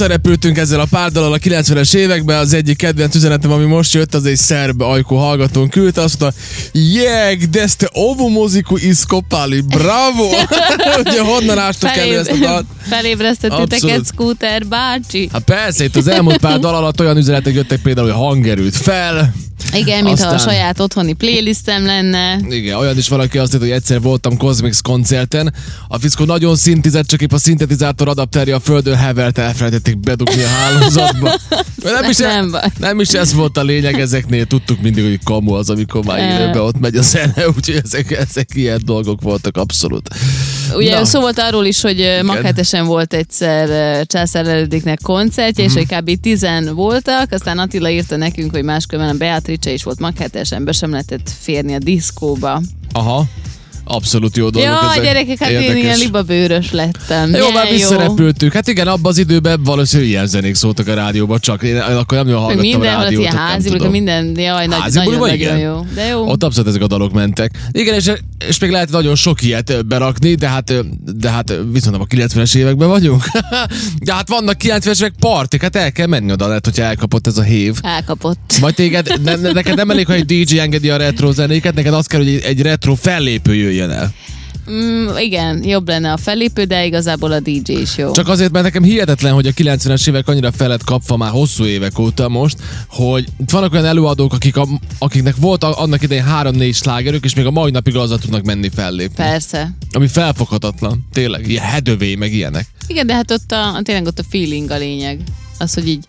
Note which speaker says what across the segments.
Speaker 1: Visszarepültünk ezzel a párdalal a 90-es években, az egyik kedvenc üzenetem, ami most jött, az egy szerb ajkú hallgatón küldte, azt mondta, jeg, de ste ovu moziku iskopali, bravo! Ugye honnan ástok elő ezt a dalt?
Speaker 2: Felébresztett
Speaker 1: Abszolút.
Speaker 2: titeket, Scooter bácsi.
Speaker 1: Hát persze, itt az elmúlt pár dal alatt olyan üzenetek jöttek például, hogy hangerült fel,
Speaker 2: Igen, mintha a
Speaker 1: Hát, Aztán-
Speaker 2: saját otthoni playlistem lenne.
Speaker 1: igen, olyan is valaki azt írta, hogy egyszer voltam Cosmix koncerten, a fickó nagyon szintizett, csak épp a szintetizátor adapterje a földön hevert, elfelejtették bedugni a hálózatba. Nem is,
Speaker 2: Nem baj.
Speaker 1: Nem is ez volt a lényeg ezeknél, tudtuk mindig, hogy kamu az, amikor már
Speaker 2: Eh.
Speaker 1: élőben ott megy a zene, úgyhogy ezek, ezek ilyen dolgok voltak abszolút.
Speaker 2: Ugye
Speaker 1: Na.
Speaker 2: Na. szó volt arról is, hogy ö, Makhetesen volt egyszer ö, Császár Elődiknek koncertje,
Speaker 1: Mhm.
Speaker 2: és hogy kb. tizen voltak, aztán Attila írta nekünk, hogy máskülönben a Beatrice is volt Makhetesen, be sem lehetett férni a diszkóba.
Speaker 1: Aha, abszolút jó dolgok.
Speaker 2: Ja,
Speaker 1: ezek.
Speaker 2: gyerekek, hát én
Speaker 1: Érdekes.
Speaker 2: ilyen libabőrös lettem.
Speaker 1: Jó,
Speaker 2: Milyen
Speaker 1: már visszarepültünk. Hát igen, abban az időben valószínűleg ilyen zenék szóltak a rádióban, csak én akkor nem nagyon
Speaker 2: Meg
Speaker 1: hallgattam a
Speaker 2: mindenhol, hát
Speaker 1: rádiót.
Speaker 2: ilyen
Speaker 1: ott nem
Speaker 2: házi buli,
Speaker 1: tudom.
Speaker 2: minden, jaj, nagy,
Speaker 1: Házi
Speaker 2: nagyon,
Speaker 1: buliba,
Speaker 2: nagyon
Speaker 1: igen.
Speaker 2: jó. De jó.
Speaker 1: Ott abszolút ezek a dalok mentek. Igen, és, és még lehet nagyon sok ilyet ö, berakni, de hát, ö, de hát ö, viszont nem a 90-es években vagyunk. de hát vannak 90-es évek partik, hát el kell menni oda, lehet, hogyha elkapott ez a hév.
Speaker 2: Elkapott.
Speaker 1: Vagy téged, ne, ne, neked nem elég, ha egy DJ engedi a retro zenéket, neked az kell, hogy egy, egy retro fellépő jöjjön el.
Speaker 2: Mm, igen, jobb lenne a fellépő, de igazából a DJ is jó.
Speaker 1: Csak azért, mert nekem hihetetlen, hogy a 90-es évek annyira felett kapva már hosszú évek óta most, hogy itt vannak olyan előadók, akik a, akiknek volt a, annak idején három-négy slágerük, és még a mai napig azzal tudnak menni fellépni.
Speaker 2: Persze.
Speaker 1: Ami felfoghatatlan, tényleg, ilyen hedövé, meg ilyenek.
Speaker 2: Igen, de hát ott a, tényleg ott a feeling a lényeg. Az, hogy így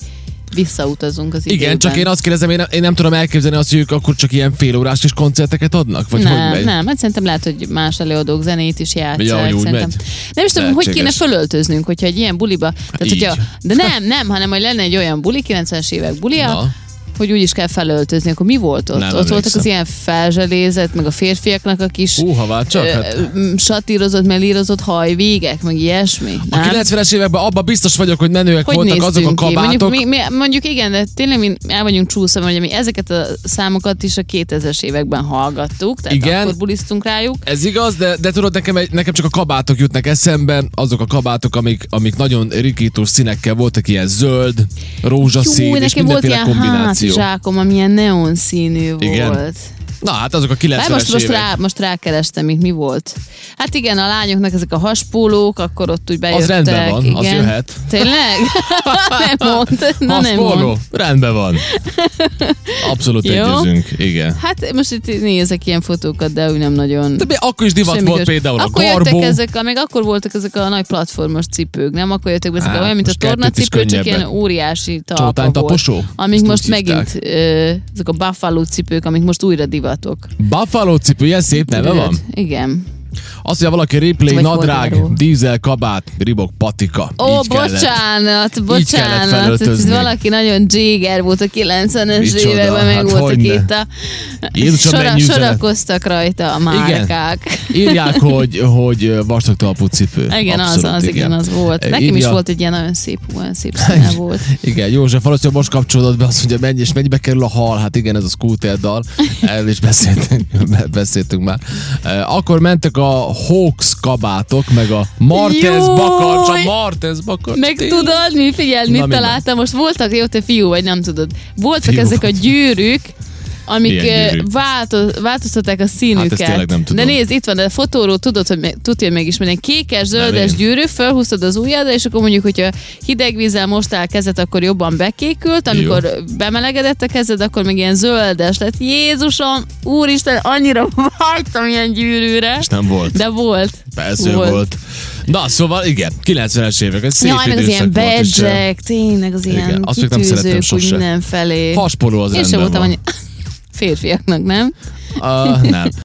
Speaker 2: visszautazunk az időben.
Speaker 1: Igen, csak én azt kérdezem, én nem, én nem tudom elképzelni azt, hogy ők akkor csak ilyen félórás is koncerteket adnak, vagy
Speaker 2: nem,
Speaker 1: hogy megy?
Speaker 2: nem, hát szerintem lehet, hogy más előadók zenét is játszák.
Speaker 1: Ja, hogy úgy
Speaker 2: szerintem.
Speaker 1: megy?
Speaker 2: Nem is tudom, hogy kéne
Speaker 1: Lehetséges. Hát
Speaker 2: fölöltöznünk, hogyha egy ilyen buliba. Tehát,
Speaker 1: Így.
Speaker 2: hogyha, de nem, nem, hanem hogy lenne egy olyan buli, 90-es évek bulia,
Speaker 1: Na.
Speaker 2: hogy úgy is kell felöltözni. Akkor mi volt ott?
Speaker 1: Nem
Speaker 2: ott voltak
Speaker 1: emlékszem.
Speaker 2: az ilyen felzselézett, meg a férfiaknak a kis
Speaker 1: Húha, vár csak,
Speaker 2: ö,
Speaker 1: hát.
Speaker 2: m, satírozott, melírozott hajvégek, meg ilyesmi.
Speaker 1: A 90-es években abban biztos vagyok, hogy menőek
Speaker 2: hogy
Speaker 1: voltak azok a
Speaker 2: néztünk ki?
Speaker 1: kabátok.
Speaker 2: Mondjuk, mi, mi, mondjuk igen, de tényleg mi el vagyunk csúszva, hogy mi ezeket a számokat is a 2000-es években hallgattuk, tehát
Speaker 1: Igen.
Speaker 2: akkor bulisztunk rájuk.
Speaker 1: Ez igaz, de, de tudod, nekem, egy, nekem csak a kabátok jutnak eszembe, azok a kabátok, amik, amik nagyon rikítós színekkel voltak, ilyen zöld, rózsaszín
Speaker 2: Jó,
Speaker 1: és
Speaker 2: nekem volt
Speaker 1: mindenféle
Speaker 2: ilyen hát,
Speaker 1: kombináció.
Speaker 2: hátizsákom, amilyen neon színű
Speaker 1: Igen.
Speaker 2: volt.
Speaker 1: Na hát azok a
Speaker 2: Bár
Speaker 1: 90-es
Speaker 2: most, most,
Speaker 1: évek.
Speaker 2: rá, most rákerestem, itt mi volt. Hát igen, a lányoknak ezek a haspólók, akkor ott úgy bejöttek.
Speaker 1: rendben van,
Speaker 2: igen.
Speaker 1: az jöhet.
Speaker 2: Tényleg? nem mond. Na, nem
Speaker 1: Haspolgó?
Speaker 2: mond.
Speaker 1: Rendben van. Abszolút
Speaker 2: Jó.
Speaker 1: egyezünk, igen.
Speaker 2: Hát most itt nézek ilyen fotókat, de úgy nem nagyon...
Speaker 1: De mi- akkor is divat
Speaker 2: Semmi
Speaker 1: volt
Speaker 2: kös-
Speaker 1: például
Speaker 2: akkor
Speaker 1: a
Speaker 2: jöttek
Speaker 1: garbó.
Speaker 2: ezek, a- még akkor voltak ezek a nagy platformos cipők, nem? Akkor jöttek be ezek,
Speaker 1: Hát,
Speaker 2: a- olyan, mint a
Speaker 1: most kettőt is
Speaker 2: tornacipő, csak
Speaker 1: könnyebben.
Speaker 2: ilyen óriási talpa
Speaker 1: Csótány taposó?
Speaker 2: volt. Amik
Speaker 1: Ezt
Speaker 2: most
Speaker 1: úgy hívták.
Speaker 2: megint ö, ezek a buffalo cipők, amik most újra divatok.
Speaker 1: Buffalo cipő, ilyen szép neve
Speaker 2: Tudod?
Speaker 1: van.
Speaker 2: Igen.
Speaker 1: Azt mondja valaki Ripley,
Speaker 2: Vagy
Speaker 1: nadrág,
Speaker 2: Bolgáró.
Speaker 1: dízel, kabát, ribok, patika.
Speaker 2: Ó,
Speaker 1: Így kellett.
Speaker 2: bocsánat,
Speaker 1: kellett
Speaker 2: bocsánat. Ez
Speaker 1: felöltözni.
Speaker 2: valaki nagyon jégger volt a 90-es
Speaker 1: Micsoda,
Speaker 2: években, meg
Speaker 1: hát
Speaker 2: voltak
Speaker 1: hogyne.
Speaker 2: itt a...
Speaker 1: Jézusom,
Speaker 2: Sora,
Speaker 1: mennyi üzenet.
Speaker 2: sorakoztak rajta a márkák.
Speaker 1: Írják, hogy, hogy vastag talpú cipő.
Speaker 2: Igen, az,
Speaker 1: Abszolút,
Speaker 2: az, igen, az volt. Nekem is
Speaker 1: Írja-
Speaker 2: volt egy ilyen nagyon szép, olyan szép színe volt.
Speaker 1: Igen, József valószínűleg most kapcsolódott be, azt mondja, mennyi és mennyibe kerül a hal. Hát igen, ez a scooter dal. Erről is beszéltünk, be- beszéltünk már. Eh, Akkor mentek a Hawks kabátok, meg a Martez
Speaker 2: Jaj!
Speaker 1: bakarcs, a Martez bakarcs.
Speaker 2: Meg
Speaker 1: Tényleg.
Speaker 2: tudod, mi figyelj, mit
Speaker 1: minden.
Speaker 2: találtam? Most voltak, jó, te fiú vagy, nem tudod. Voltak
Speaker 1: Fiú
Speaker 2: ezek a gyűrűk, amik
Speaker 1: Milyen
Speaker 2: ö,
Speaker 1: gyűrűk? Hát
Speaker 2: változ, változtatták a színüket.
Speaker 1: tényleg nem tudom.
Speaker 2: De nézd, itt van a fotóról, tudod, hogy meg- tudja meg is minden kékes, zöldes
Speaker 1: én.
Speaker 2: gyűrű, felhúztad az ujjadra, és akkor mondjuk, hogyha hideg vízzel mostál kezed, akkor jobban bekékült, amikor bemelegedett a kezed, akkor még ilyen zöldes lett. Jézusom, úristen, annyira vágytam ilyen gyűrűre.
Speaker 1: És nem volt.
Speaker 2: De volt.
Speaker 1: Persze volt. volt. Na, szóval igen, 90-es évek, ez szép
Speaker 2: Jaj, meg az
Speaker 1: időszak
Speaker 2: ilyen
Speaker 1: volt, és, eh,
Speaker 2: badge tényleg az ilyen
Speaker 1: igen, azt még nem szerettem
Speaker 2: kitűzők úgy
Speaker 1: sose.
Speaker 2: mindenfelé.
Speaker 1: Haspoló az
Speaker 2: Én sem
Speaker 1: rendben van.
Speaker 2: voltam annyi... Férfiaknak, nem?
Speaker 1: Uh, nem.